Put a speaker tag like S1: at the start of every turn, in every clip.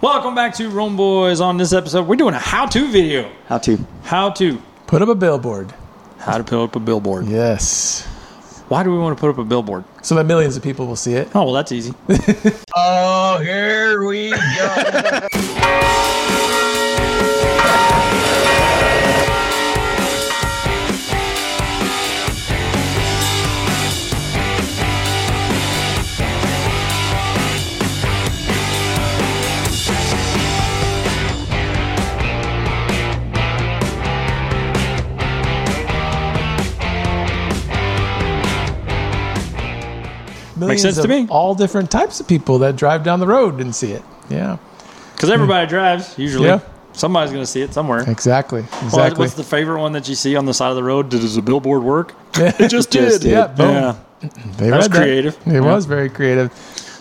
S1: Welcome back to Rome Boys. On this episode, we're doing a how-to video.
S2: How to?
S1: How to
S3: Put up a billboard.
S1: how to put up a billboard.
S3: Yes.
S1: Why do we want to put up a billboard?
S3: So that millions of people will see it.
S1: Oh well, that's easy.
S4: Oh, here we go.
S3: Millions
S1: sense to
S3: of
S1: me.
S3: All different types of people that drive down the road and see it. Yeah.
S1: Because everybody drives usually.
S3: Yeah.
S1: Somebody's going to see it somewhere.
S3: Exactly.
S1: Well,
S3: Exactly.
S1: What's the favorite one that you see on the side of the road? Does the billboard work? It just did.
S2: just did.
S3: Yeah, boom.
S1: Yeah.
S3: They
S1: That's
S3: read that.
S1: creative.
S3: It was very creative.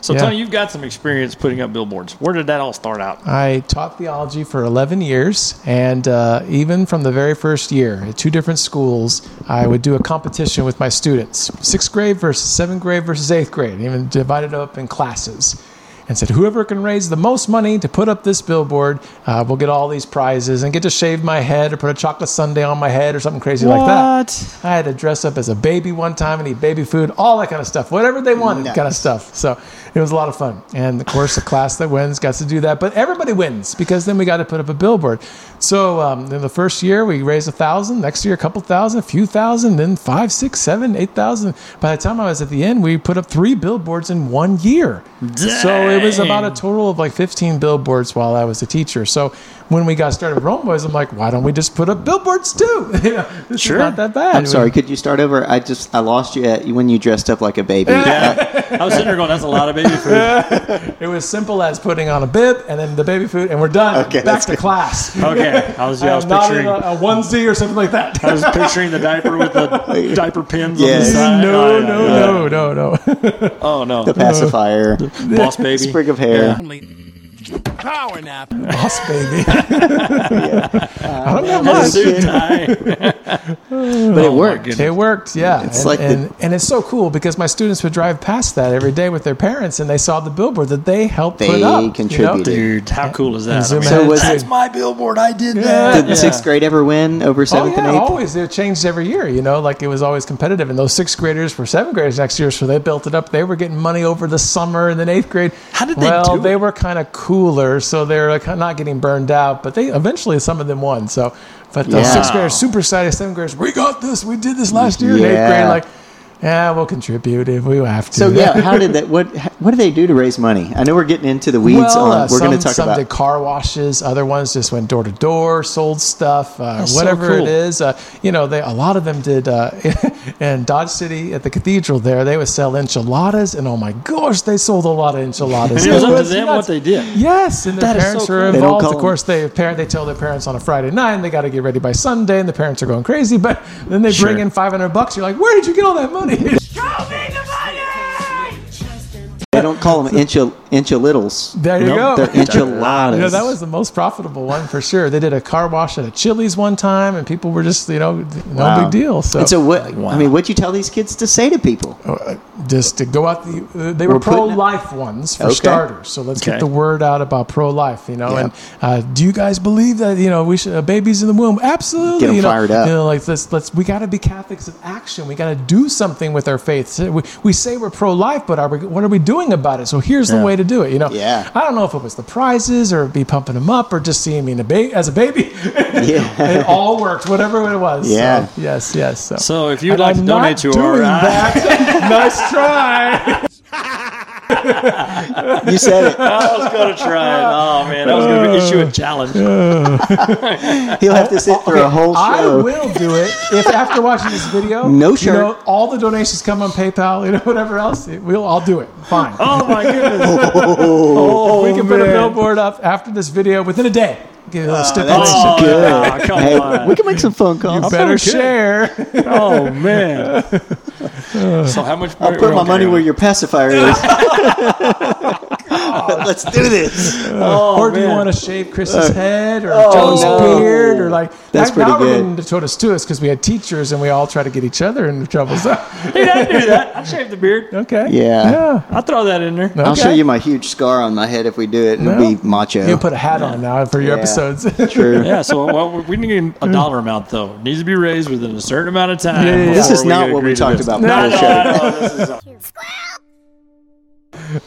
S1: So
S3: Yeah.
S1: Tony, you've got some experience putting up billboards. Where did that all start out?
S3: I taught theology for 11 years, and uh, even from the very first year at two different schools, I would do a competition with my students sixth grade versus seventh grade versus eighth grade, even divided up in classes. And said, whoever can raise the most money to put up this billboard uh, will get all these prizes and get to shave my head or put a chocolate sundae on my head or something crazy like that.
S1: What?
S3: I had to dress up as a baby one time and eat baby food, all that kind of stuff, whatever they wanted,
S2: Nice.
S3: kind of stuff. So it was a lot of fun. And of course, the class that wins got to do that, but everybody wins because then we got to put up a billboard. So um, in the first year, we raised a thousand. Next year, a couple thousand, a few thousand, then five, six, seven, eight thousand. By the time I was at the end, we put up three billboards in one year. So it was about a total of like 15 billboards while I was a teacher. So when we got started with Rome Boys, I'm like, why don't we just put up billboards too? you know, this
S1: Sure.
S3: is not that bad.
S2: I'm sorry. Could you start over? I just I lost you at when you dressed up like a baby. Uh,
S1: I was sitting there going, "That's a lot of baby food."
S3: It was simple as putting on a bib and then the baby food, and we're done.
S2: Okay,
S3: Back
S2: that's
S3: to
S2: good.
S3: class.
S1: Okay, I was, yeah, I was
S3: Uh, not in
S1: picturing,
S3: a,
S1: I
S3: a onesie or something like that.
S1: was picturing the diaper with the diaper pins on the
S2: Yes.
S1: side.
S3: no,
S1: Oh, yeah, yeah.
S3: no, no, no, no,
S1: Oh no,
S2: the pacifier,
S1: boss baby.
S2: sprig of hair.
S4: Power nap.
S3: Boss baby. I don't
S2: Uh,
S3: know
S1: Had a
S3: much.
S1: suit tie.
S2: But
S1: Oh
S2: it worked.
S3: It worked, yeah.
S2: It's
S3: and,
S2: like the-
S3: and, and it's so cool because my students would drive past that every day with their parents and they saw the billboard that they helped put
S2: They
S3: up. you know?
S2: contributed.
S1: Dude, how cool is that? I
S3: Zoom
S1: mean,
S2: So
S3: ahead
S2: was
S3: to-
S2: it-
S1: that's my billboard. I did
S3: Yeah.
S1: that.
S2: Did sixth grade ever win over
S3: Oh
S2: seventh
S3: yeah,
S2: and eighth?
S3: always. It changed every year. You know, like it was always competitive. And those sixth graders were seventh graders next year, so they built it up. They were getting money over the summer, and then eighth grade.
S1: How did they
S3: Well,
S1: do
S3: they
S1: it?
S3: were kind of cooler, so they're like not getting burned out. But they eventually some of them won. So, but the
S2: Yeah.
S3: sixth graders super excited. Seventh graders, we got this. We did this last year. And eighth
S2: Yeah.
S3: grade, like, yeah, we'll contribute if we have to.
S2: So yeah, how did that? What what do they do to raise money? I know we're getting into the weeds
S3: Well,
S2: on.
S3: uh,
S2: we're going
S3: some-
S2: to talk
S3: some
S2: about
S3: did car washes. Other ones just went door to door, sold stuff, uh,
S1: so
S3: whatever
S1: cool.
S3: it is. Uh, you know, they, a lot of them did uh, in Dodge City at the cathedral. There, they would sell enchiladas, and oh my gosh, they sold a lot of enchiladas.
S1: It was up to
S3: was
S1: them
S3: nuts.
S1: what they did.
S3: Yes, and the
S1: That is so
S3: parents
S1: cool.
S3: are
S2: They don't
S3: involved.
S2: call
S3: Of course, they parent they tell their parents on a Friday night, and they got to get ready by Sunday, and the parents are going crazy. But then they
S1: Sure.
S3: bring in five hundred bucks. You're like, where did you get all that money?
S2: They don't call them inchil inchilittles.
S3: There you
S1: Nope,
S3: go.
S2: They're enchiladas.
S3: Yeah, that was the most profitable one for sure. They did a car wash at a Chili's one time, and people were just, you know, no
S2: Wow.
S3: big deal. So,
S2: And so what?
S1: Wow.
S2: I mean, what'd you tell these kids to say to people?
S3: just to go out, the, uh, they were,
S2: We're putting
S3: pro
S2: it-
S3: life ones for
S2: Okay.
S3: starters. So let's
S1: Okay.
S3: get the word out about pro life, you know.
S2: Yeah.
S3: And uh, do you guys believe that you know we should uh, babies in the womb? Absolutely,
S2: Get 'em
S3: you know,
S2: fired up.
S3: You know, like let's let's we got to be Catholics of action. We got to do something with our faith. So we, we say we're pro life, but are we, what are we doing about it? So here's
S1: Yeah.
S3: the way to do it. You know,
S2: Yeah.
S3: I don't know if it was the prizes or be pumping them up or just seeing me in a ba- as a baby.
S2: Yeah.
S3: it all worked, whatever it was.
S2: Yeah.
S3: So, yes. Yes. So.
S1: So if you'd
S3: And
S1: like
S3: I'm
S1: to donate
S3: not
S1: to our
S3: doing
S1: uh,
S3: that. nice try.
S2: You said it.
S1: I was gonna try it. Oh man, I was gonna issue a challenge.
S2: He'll have to sit through a whole
S3: I
S2: show.
S3: will do it if after watching this video,
S2: No
S3: you
S2: shirt.
S3: know, all the donations come on PayPal, you know, whatever else. It, we'll, I'll do it. Fine.
S1: Oh my goodness.
S3: we can put a billboard up after this video within a day. Give a little stipulation.
S2: Ah, that's
S1: Oh,
S2: good.
S1: yeah, come
S2: hey,
S1: on.
S2: we can make some phone calls.
S3: You better share.
S1: Oh man. so how much?
S2: I'll put my money where your pacifier is. Let's do this.
S1: Oh,
S3: or do you
S1: man.
S3: want to shave Chris's head or
S2: Oh,
S3: John's
S2: no.
S3: beard or like
S2: That's
S3: Like, now
S2: pretty
S3: we're
S2: good.
S3: getting to Totus Tuus because we had teachers and we all try to get each other into trouble. So
S1: Dude, I do that. I shave the beard.
S3: okay,
S2: Yeah.
S1: I throw that in there.
S2: I'll
S3: Okay.
S2: show you my huge scar on my head if we do it. It'll
S3: No.
S2: be macho.
S3: You'll put a hat on now for your
S2: Yeah.
S3: episodes.
S2: True.
S1: Yeah, so well, we need a dollar amount though. It needs to be raised within a certain amount of time.
S3: Yeah, yeah, yeah.
S2: This
S1: before
S2: is not what
S1: agree
S2: we
S1: to
S2: talked
S1: this.
S2: about
S1: No,
S2: before the
S1: no,
S2: show.
S1: I know. This is-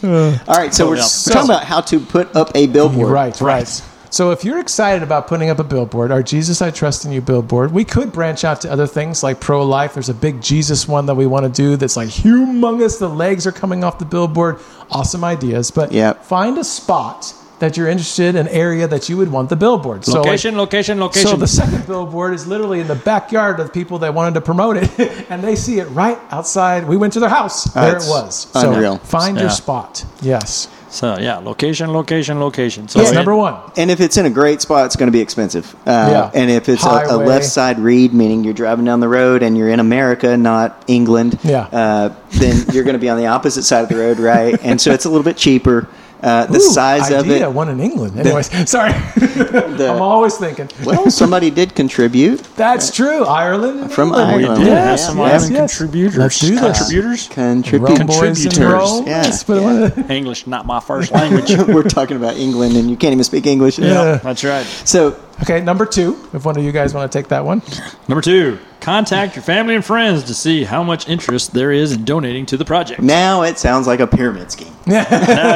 S2: All right, so we're,
S1: yeah.
S2: s- we're talking about how to put up a billboard.
S3: Right, right. So if you're excited about putting up a billboard, our Jesus I Trust in You billboard, we could branch out to other things like pro life. There's a big Jesus one that we want to do that's like humongous. The legs are coming off the billboard. Awesome ideas. But
S2: Yep.
S3: find a spot that you're interested in, an area that you would want the billboard. So, like,
S1: Location, location, location.
S3: so the second billboard is literally in the backyard of the people that wanted to promote it, and they see it right outside. We went to their house. there it
S2: That's
S3: was.
S2: Uh, unreal.
S3: So find your
S1: Yeah.
S3: spot. Yes,
S1: So, yeah, location, location, location. So
S3: that's
S1: it-
S3: number one.
S2: And if it's in a great spot, it's going to be expensive. Uh,
S3: Yeah.
S2: And if it's a, a
S3: Highway.
S2: left side read, meaning you're driving down the road and you're in America, not England,
S3: Yeah.
S2: uh, then you're going to be on the opposite side of the road, right? And so it's a little bit cheaper. Uh, the
S3: Ooh,
S2: size
S3: idea,
S2: of it.
S3: One in England. Anyways, sorry.
S2: The,
S3: I'm always thinking.
S2: well, somebody did contribute.
S3: That's true. Ireland and
S2: From
S3: England.
S1: We
S2: Ireland.
S1: did
S2: Yeah,
S1: have some
S3: yes,
S1: island
S3: yes.
S1: contributors.
S3: Let's do this.
S1: Contributors?
S3: Rome
S2: Contribute.
S3: boys and
S1: Contributors.
S3: Rome.
S2: Yeah.
S3: Let's put one of the-
S1: English, not my first language.
S2: We're talking about England, and you can't even speak English.
S3: Yeah.
S1: That's right.
S2: So
S3: Okay, number two. If one of you guys want to take that one,
S1: Number two, contact your family and friends to see how much interest there is in donating to the project.
S2: now it sounds like a pyramid scheme.
S1: Now it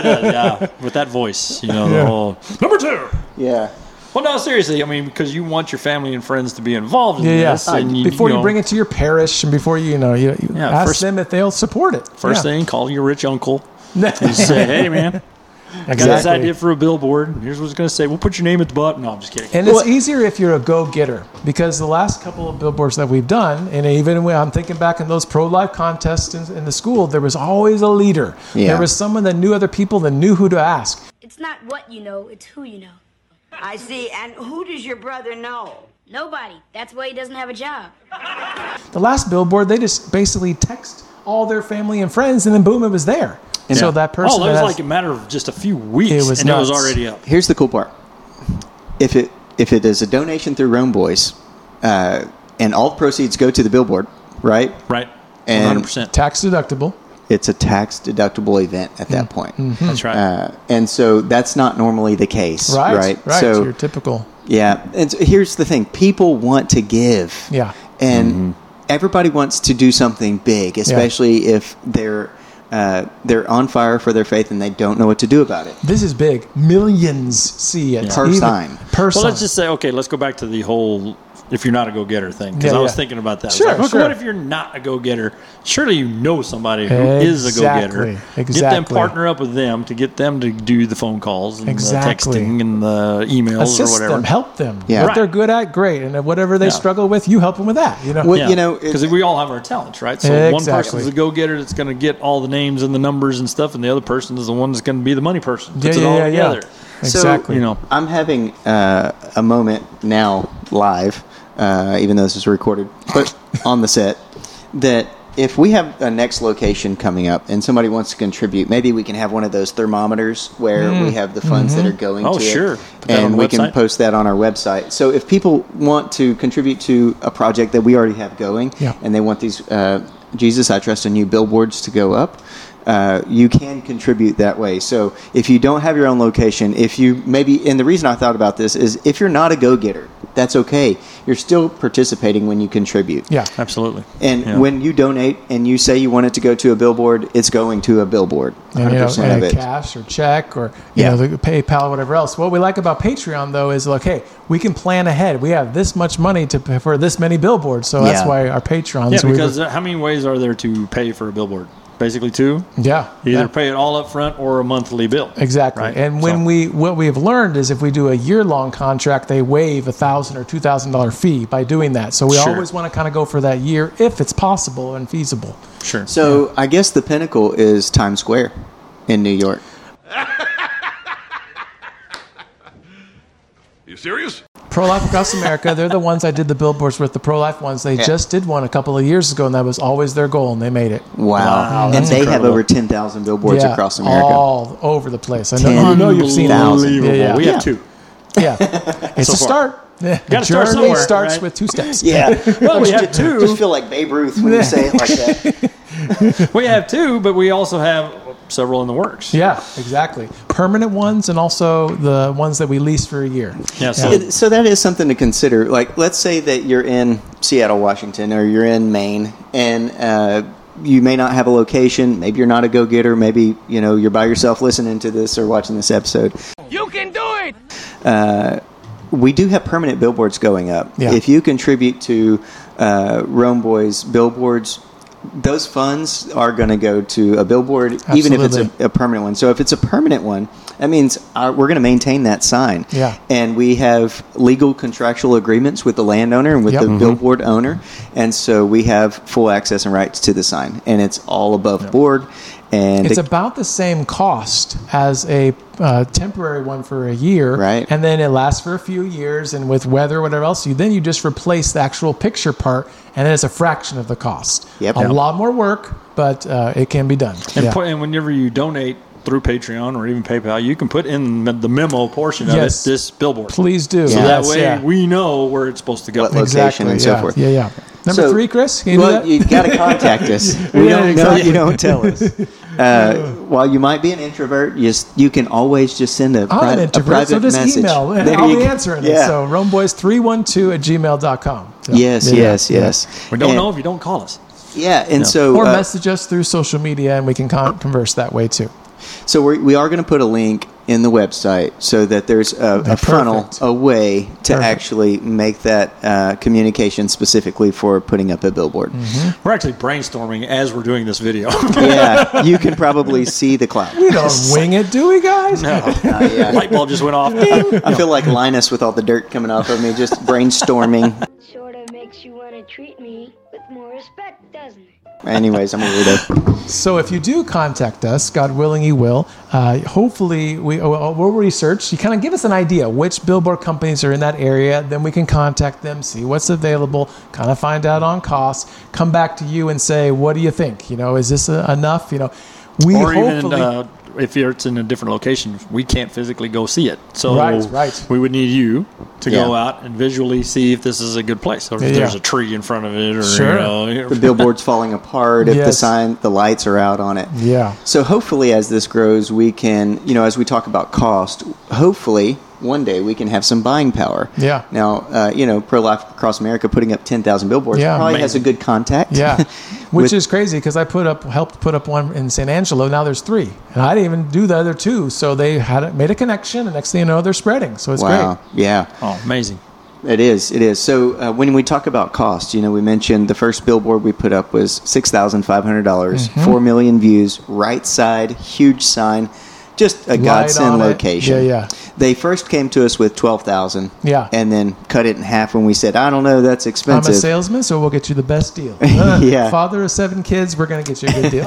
S1: does, yeah, with that voice, you know, the
S3: Yeah.
S1: whole number two.
S2: Yeah.
S1: Well, no, seriously, I mean, because you want your family and friends to be involved in
S3: yeah, yeah.
S1: this, and you,
S3: before you,
S1: know,
S3: bring it to your parish, and before you, you know, you, you
S1: Yeah,
S3: ask
S1: first-
S3: them if they'll support it.
S1: First
S3: Yeah.
S1: thing, call your rich uncle. and say, hey, man, I got this
S3: Exactly.
S1: idea for a billboard. Here's what it's going to say. We'll put your name at the bottom. No, I'm just kidding.
S3: And it's easier if you're a go-getter because the last couple of billboards that we've done, and even when I'm thinking back in those pro-life contests in, in the school, there was always a leader.
S2: Yeah.
S3: There was someone that knew other people that knew who to ask.
S5: It's not what you know, it's who you know.
S6: I see. And who does your brother know?
S5: Nobody. That's why he doesn't have a job.
S3: The last billboard, they just basically text all their family and friends, and then boom, it was there. And so that person,
S1: Oh, it was
S3: that has-
S1: like a matter of just a few weeks,
S3: It was
S1: and it was
S3: nuts.
S1: already up.
S2: Here's the cool part. If it if it is a donation through Rome Boys, uh, and all proceeds go to the billboard, right?
S1: Right.
S2: And-
S1: 100%.
S3: tax deductible.
S2: It's a tax deductible event at that point.
S1: That's right.
S2: Uh, and so that's not normally the case,
S3: Right,
S2: right?
S3: right.
S2: So
S3: your typical.
S2: yeah, and so here's the thing: people want to give,
S3: Yeah.
S2: and everybody wants to do something big, especially if they're uh, they're on fire for their faith and they don't know what to do about it.
S3: This is big. Millions see it
S2: Per
S3: Even-
S2: sign.
S3: Per
S1: well,
S3: sign.
S1: let's just say, okay, let's go back to the whole if you're not a go getter thing. Because
S3: Yeah,
S1: I was
S3: yeah.
S1: thinking about that. I was
S3: Sure,
S1: like, okay,
S3: sure.
S1: What if you're not a go getter? Surely you know somebody who is a go getter.
S3: Exactly,
S1: Get them
S3: exactly.
S1: partner up with them to get them to do the phone calls and
S3: Exactly.
S1: the texting and the emails
S3: assist
S1: or whatever.
S3: them, help them.
S2: Yeah.
S3: What
S1: Right.
S3: they're good at, great, and whatever they
S1: Yeah.
S3: struggle with, you help them with that. You know.
S2: Well,
S1: Yeah.
S2: you know, it-
S1: because we all have our talents, right? So one
S3: Exactly.
S1: person's the go-getter that's going to get all the names and the numbers and stuff, and the other person is the one that's going to be the money person. Puts it all together.
S3: Exactly.
S1: You know,
S2: I'm having uh, a moment now live, uh, even though this is recorded, but on the set, that if we have a next location coming up and somebody wants to contribute, maybe we can have one of those thermometers where we have the funds that are going
S1: Mm. Oh,
S2: to it,
S1: sure. Put that on
S2: and
S1: the
S2: we can
S1: website.
S2: post that on our website. So if people want to contribute to a project that we already have going
S3: Yeah.
S2: and they want these uh, Jesus I Trust in You billboards to go up, uh, you can contribute that way. So if you don't have your own location, if you maybe, and the reason I thought about this is if you're not a go getter, that's okay. You're still participating when you contribute.
S3: yeah.
S1: absolutely.
S2: And
S1: Yeah.
S2: when you donate and you say you want it to go to a billboard, it's going to a billboard. 100%
S3: and, you know,
S2: of
S3: and
S2: it.
S3: cash or check or you
S2: Yeah.
S3: know the PayPal, whatever else. What we like about Patreon though is like, hey, we can plan ahead. We have this much money to pay for this many billboards, so that's
S2: Yeah.
S3: why our patrons.
S1: yeah,
S3: we-
S1: because how many ways are there to pay for a billboard? Basically, two.
S3: yeah,
S1: You
S3: yeah.
S1: either pay it all up front or a monthly bill.
S3: Exactly.
S1: Right?
S3: And when
S1: So-
S3: we what we have learned is if we do a year long contract, they waive a thousand or two thousand dollar fee by doing that. So we
S1: Sure.
S3: always want to kind of go for that year if it's possible and feasible.
S1: sure.
S2: So I guess the pinnacle is Times Square in New York.
S7: You serious?
S3: Pro Life Across America, they're the ones I did the billboards with, the pro life ones. They
S2: Yeah.
S3: just did one a couple of years ago, and that was always their goal, and they made it.
S2: Wow. and
S1: that's
S2: they
S1: incredible.
S2: have over 10,000 billboards
S3: Yeah,
S2: across America.
S3: All over the place. I know, I know you've seen
S2: Thousand.
S3: it.
S1: Unbelievable.
S3: Yeah, yeah.
S1: We
S2: Yeah.
S1: have two.
S3: Yeah. It's a
S1: far.
S3: start. Yeah. The
S1: Gotta start
S3: journey
S1: somewhere,
S3: starts
S1: right?
S3: with two steps.
S2: Yeah.
S1: Well, we have
S2: just,
S1: two.
S2: just feel like Babe Ruth when you say it like that.
S1: We have two, but we also have several in the works.
S3: Yeah, exactly. Permanent ones and also the ones that we lease for a year.
S1: Yeah, so
S2: It- so that is something to consider. Like, let's say that you're in Seattle, Washington, or you're in Maine, and uh, you may not have a location. Maybe you're not a go-getter. Maybe you know you're by yourself listening to this or watching this episode.
S4: You can do it.
S2: we do have permanent billboards going up.
S3: Yeah.
S2: If you contribute to uh, Rome Boys billboards, those funds are going to go to a billboard, even if it's
S3: Absolutely.
S2: a, a permanent one. So if it's a permanent one, that means our, we're going to maintain that sign.
S3: Yeah.
S2: And we have legal contractual agreements with the landowner and with
S3: Yep.
S2: the
S3: Mhm.
S2: billboard owner. And so we have full access and rights to the sign. And it's all above board. And
S3: It's
S2: it-
S3: about the same cost as a uh, temporary one for a year,
S2: Right.
S3: And then it lasts for a few years, and with weather, whatever else, you then you just replace the actual picture part, and then it's a fraction of the cost.
S2: Yep.
S3: a
S2: Yeah.
S3: lot more work, but uh, it can be done.
S1: And,
S3: Yeah.
S1: put, and whenever you donate through Patreon or even PayPal, you can put in the memo portion of
S3: Yes.
S1: it this billboard.
S3: Please do.
S1: So that
S3: Yes,
S1: way
S3: yeah.
S1: we know where it's supposed to go.
S2: What location and so
S3: yeah.
S2: forth.
S3: Yeah, yeah. Number
S2: So-
S3: three, Chris. Can you
S2: well,
S3: do that?
S2: you got to contact us. We
S3: Yeah,
S2: don't know.
S3: exactly.
S2: You don't tell us. Uh, while you might be an introvert, you, s- you can always just send a,
S3: I'm
S2: pri-
S3: an
S2: a
S3: introvert,
S2: private
S3: so just
S2: message.
S3: email, and
S2: There
S3: I'll
S2: you
S3: be
S2: go.
S3: answering
S2: yeah.
S3: it. So romeboys312 at gmail.com. So,
S2: Yes,
S3: yeah,
S2: yes,
S3: yeah.
S2: yes.
S1: We don't
S2: And-
S1: know if you don't call us.
S2: Yeah, and so
S3: Or
S2: uh,
S3: message us through social media, and we can con- converse that way too.
S2: so we're, we are going to put a link in the website so that there's a, a funnel,
S3: Perfect.
S2: a way to
S3: Perfect.
S2: actually make that uh, communication specifically for putting up a billboard.
S3: Mm-hmm.
S1: We're actually brainstorming as we're doing this video.
S2: Yeah, you can probably see the cloud.
S3: We don't wing it, do we, guys?
S1: Light bulb just went off. Ding.
S2: I feel like Linus with all the dirt coming off of me, just brainstorming.
S5: Sort of makes you want to treat me with more respect, doesn't it?
S2: Anyways, I'm a weirdo.
S3: So if you do contact us, God willing, you will. Uh, hopefully, we we'll we'll research. You kind of give us an idea which billboard companies are in that area. Then we can contact them, see what's available, kind of find out on costs, come back to you and say, what do you think? You know, is this uh, enough? You know, we
S1: or even
S3: hopefully.
S1: uh, if it's in a different location, we can't physically go see it. So
S3: Right, right.
S1: we would need you to go
S2: Yeah.
S1: out and visually see if this is a good place. Or if
S3: Yeah.
S1: there's a tree in front of it or you
S3: Sure.
S1: know,
S2: the billboard's falling apart if the
S3: Yes.
S2: sign the lights are out on it
S3: Yeah.
S2: so hopefully as this grows we can you know as we talk about cost hopefully one day we can have some buying power
S3: Yeah.
S2: now uh, you know pro-life across america putting up 10000 billboards
S3: Yeah.
S2: probably
S1: Amazing.
S2: has a good contact
S3: Yeah, which
S2: With-
S3: is crazy because I put up helped put up one in San Angelo. Now there's three, and I didn't even do the other two. So they had it, made a connection, and next thing you know, they're spreading. So it's
S2: wow
S3: great.
S2: yeah
S1: oh, amazing.
S2: It is. It is. So uh, when we talk about cost, you know, we mentioned the first billboard we put up was six thousand five hundred dollars,
S3: Mm-hmm.
S2: million views, right side, huge sign, just a godsend
S3: on it.
S2: location.
S3: Yeah, yeah.
S2: They first came to us with twelve thousand.
S3: Yeah.
S2: and then cut it in half when we said, "I don't know, that's
S3: I'm a
S2: expensive."
S3: salesman, so we'll get you the best deal.
S2: Yeah.
S3: Father of seven kids, we're gonna get you a good deal.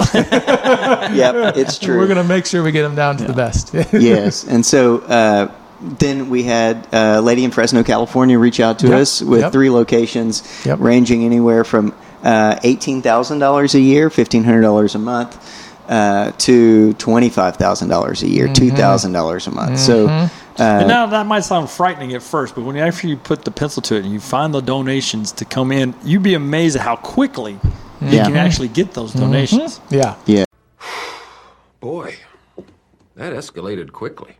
S2: yep, it's true.
S3: we're gonna make sure we get them down to the best.
S2: yes. And so uh, then we had a lady in Fresno, California reach out to
S3: Yep,
S2: us with
S3: yep.
S2: three locations
S3: Yep.
S2: ranging anywhere from uh, $18,000 a year, $1,500 a month. Uh, to twenty five thousand dollars a year,
S3: Mm-hmm.
S2: thousand dollars a month. So, uh,
S1: And now that might sound frightening at first, but when you actually put the pencil to it and you find the donations to come in, you'd be amazed at how quickly you
S2: Yeah.
S1: can actually get those donations.
S3: yeah.
S2: yeah,
S7: Boy, that escalated quickly.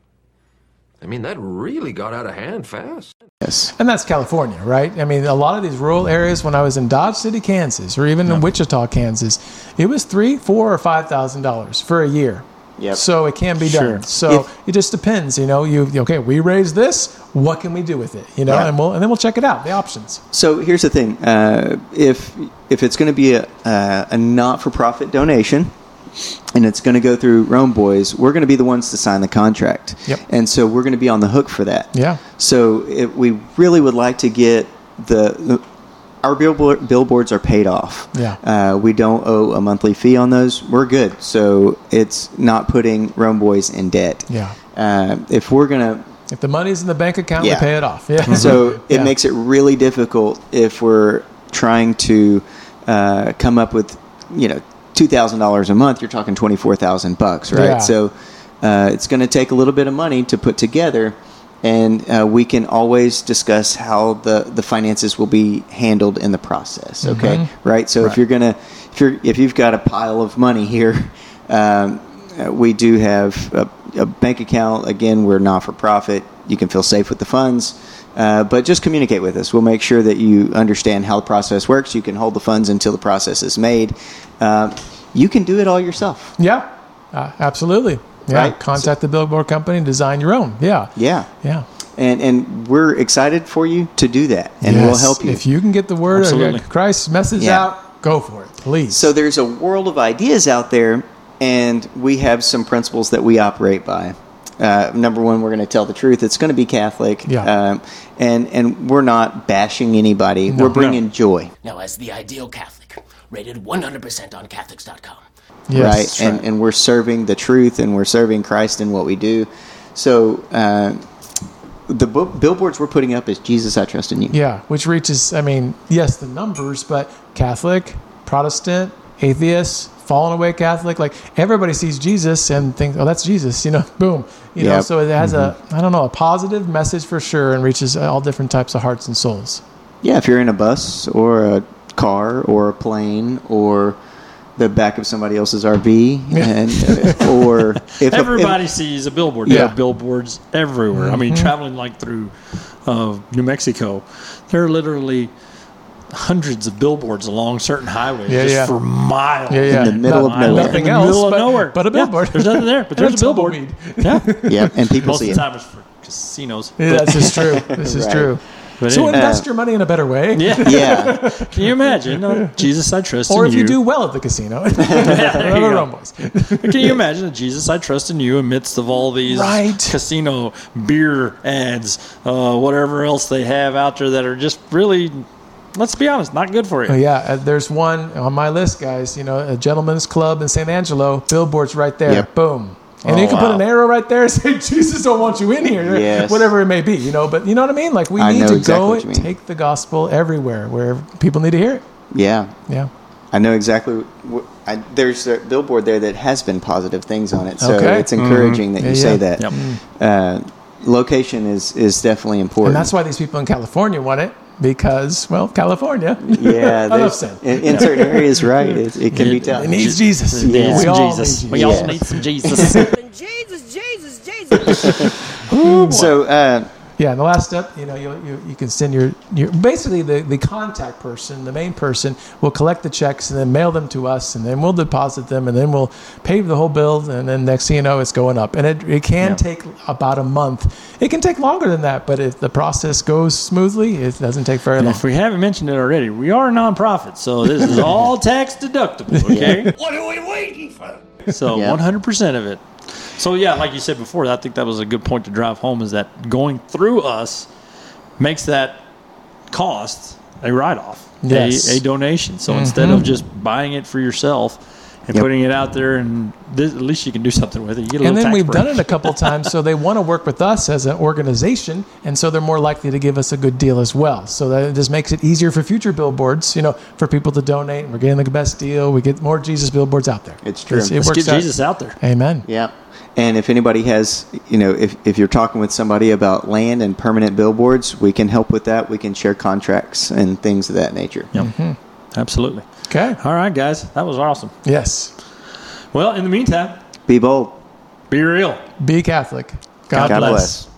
S7: I mean, that really got out of hand fast.
S2: yes,
S3: And that's California, right? I mean, a lot of these rural areas. When I was in Dodge City, Kansas, or even in Wichita, Kansas, it was three, four, or five thousand dollars for a year.
S2: Yep.
S3: So it can be
S1: Sure.
S3: done. So
S2: If-
S3: it just depends, you know. You okay? We raised this. What can we do with it? You know,
S2: Yeah.
S3: and we'll and then we'll check it out. The options.
S2: So here's the thing: uh, if if it's going to be a, uh, a, a not-for-profit donation, and it's going to go through Rome Boys, we're going to be the ones to sign the contract.
S3: Yep.
S2: And so we're going to be on the hook for that.
S3: Yeah.
S2: So it, we really would like to get the. the our billboard, billboards are paid off.
S3: Yeah.
S2: Uh, we don't owe a monthly fee on those. We're good. So it's not putting Rome Boys in debt.
S3: Yeah.
S2: Uh, if we're going to
S3: If the money's in the bank account,
S2: Yeah.
S3: we pay it off. Yeah.
S2: So it
S3: Yeah.
S2: makes it really difficult if we're trying to uh, come up with, you know, two thousand dollars a month. You're talking twenty four thousand bucks,
S3: Yeah.
S2: right? So uh, it's going to take a little bit of money to put together, and uh, we can always discuss how the the finances will be handled in the process. Okay, right? So if you're gonna if you're if you've got a pile of money here. Um, uh, we do have a, a bank account. Again, we're not for profit. You can feel safe with the funds, uh, but just communicate with us. We'll make sure that you understand how the process works. You can hold the funds until the process is made. Uh, you can do it all yourself.
S3: Yeah, uh, absolutely. Yeah,
S2: Right.
S3: contact the billboard company and design your own. Yeah,
S2: Yeah,
S3: yeah.
S2: and and we're excited for you to do that, and we'll
S3: Yes.
S2: help you.
S3: if you can get the word
S1: Absolutely.
S3: of Christ's message
S2: Yeah.
S3: out. Go for it, please.
S2: So there's a world of ideas out there, and we have some principles that we operate by. Uh, number one, we're going to tell the truth. It's going to be Catholic,
S3: Yeah.
S2: um, and and we're not bashing anybody. we're bringing joy,
S8: Now, as the ideal Catholic, rated 100% on Catholics.com.
S3: yes.
S2: right? And and we're serving the truth, and we're serving Christ in what we do. So uh, the bu- billboards we're putting up is Jesus, I trust in you.
S3: Yeah, which reaches, I mean, yes, the numbers, but Catholic, Protestant, atheist, fallen away Catholic, like everybody sees Jesus and thinks, oh, that's Jesus, you know, boom. You know,
S2: Yep. Mm-hmm.
S3: so it has a, I don't know, a positive message for sure and reaches all different types of hearts and souls.
S2: Yeah, if you're in a bus or a car or a plane or the back of somebody else's RV, and uh, or if a-
S1: Everybody
S2: if,
S1: sees a billboard. There
S3: Yeah. Mm-hmm.
S1: are billboards everywhere. I mean, traveling like through uh, New Mexico, there are literally hundreds of billboards along certain highways
S3: Yeah,
S1: just
S3: yeah.
S1: for miles.
S3: Yeah, yeah.
S2: the middle of
S1: Miles.
S2: nowhere.
S1: In
S3: Nothing
S1: the
S3: else,
S1: middle of
S3: but-
S1: nowhere.
S3: but a
S1: Yeah,
S3: billboard.
S1: there's nothing there, but there's
S3: a
S1: a billboard.
S3: tumbleweed.
S1: Yeah.
S2: yeah, and people
S1: Most of the
S2: see it.
S1: time it's for casinos.
S3: Yeah, this is true. This is
S2: Right.
S3: true.
S1: But
S3: So
S1: anyway.
S3: invest your money in a better way.
S1: yeah.
S2: Yeah,
S1: Can you imagine? Uh, Jesus, I trust
S3: Or
S1: in
S3: if you.
S1: you.
S3: do well at the casino, Remember
S1: you go.
S3: Rome Boys.
S1: Can you imagine Jesus, I trust in you amidst of all these
S3: Right.
S1: casino beer ads, uh, whatever else they have out there that are just really, let's be honest, not good for you.
S3: Oh, yeah, uh, there's one on my list, guys. You know, a gentleman's club in San Angelo. Billboard's right there.
S2: Yep.
S3: Boom. And
S2: Oh,
S3: you can put
S2: wow.
S3: an arrow right there and say, Jesus don't want you in here.
S2: Yes.
S3: Whatever it may be, you know. But you know what I mean? Like, we
S2: I
S3: need
S2: know
S3: to
S2: exactly
S3: go
S2: what you
S3: and
S2: mean.
S3: take the gospel everywhere where people need to hear it.
S2: yeah.
S3: Yeah.
S2: I know exactly. What, I, there's a billboard there that has been positive things on it, so
S3: Okay. Mm-hmm.
S2: it's encouraging that you
S3: Yeah,
S2: say
S3: yeah.
S2: that.
S1: Yep.
S2: Uh, location is is definitely
S3: And
S2: important.
S3: that's why these people in California want it because, well, California.
S2: yeah,
S3: I love
S2: there's-
S3: saying.
S2: in, in certain areas, right? It, it can be tough.
S3: It needs Jesus.
S1: We need
S2: Yeah.
S3: We
S1: some
S3: all
S1: Jesus.
S3: need
S1: We
S3: Jesus.
S1: all need some Jesus.
S6: Jesus, Jesus, Jesus.
S2: So uh,
S3: Yeah, and the last step, you know, you, you, you can send your, your basically the, the contact person, the main person, will collect the checks and then mail them to us, and then we'll deposit them, and then we'll pay the whole bill, and then next thing you know, it's going up. And it, it can take about a month. It can take longer than that, but if the process goes smoothly, it doesn't take very long.
S1: if we haven't mentioned it already, we are a nonprofit, so this is all tax deductible, okay?
S4: What are we waiting for?
S1: So
S2: Yeah.
S1: 100% of it. So, yeah, like you said before, I think that was a good point to drive home is that going through us makes that cost a write off,
S3: Yes. Mm-hmm.
S1: a, a donation. So instead of just buying it for yourself and
S2: Yep.
S1: putting it out there, and this, at least you can do something with it. You get a
S3: And
S1: little
S3: then
S1: tax
S3: we've
S1: break.
S3: done it a couple times, so they want to work with us as an organization, and so they're more likely to give us a good deal as well. So that it just makes it easier for future billboards, you know, for people to donate. We're getting the best deal. We get more Jesus billboards out there.
S2: It's true.
S3: it
S2: Let's
S3: works
S1: Let's get
S3: out.
S1: Jesus out there.
S3: Amen.
S2: yeah, and if anybody has, you know, if if you're talking with somebody about land and permanent billboards, we can help with that. We can share contracts and things of that nature.
S3: Mm-hmm.
S1: Absolutely.
S3: Okay.
S1: All right, guys. That was awesome.
S3: Yes.
S1: Well, in the meantime,
S2: Be bold.
S1: be real.
S3: Be Catholic. God,
S2: God
S3: bless.
S2: bless.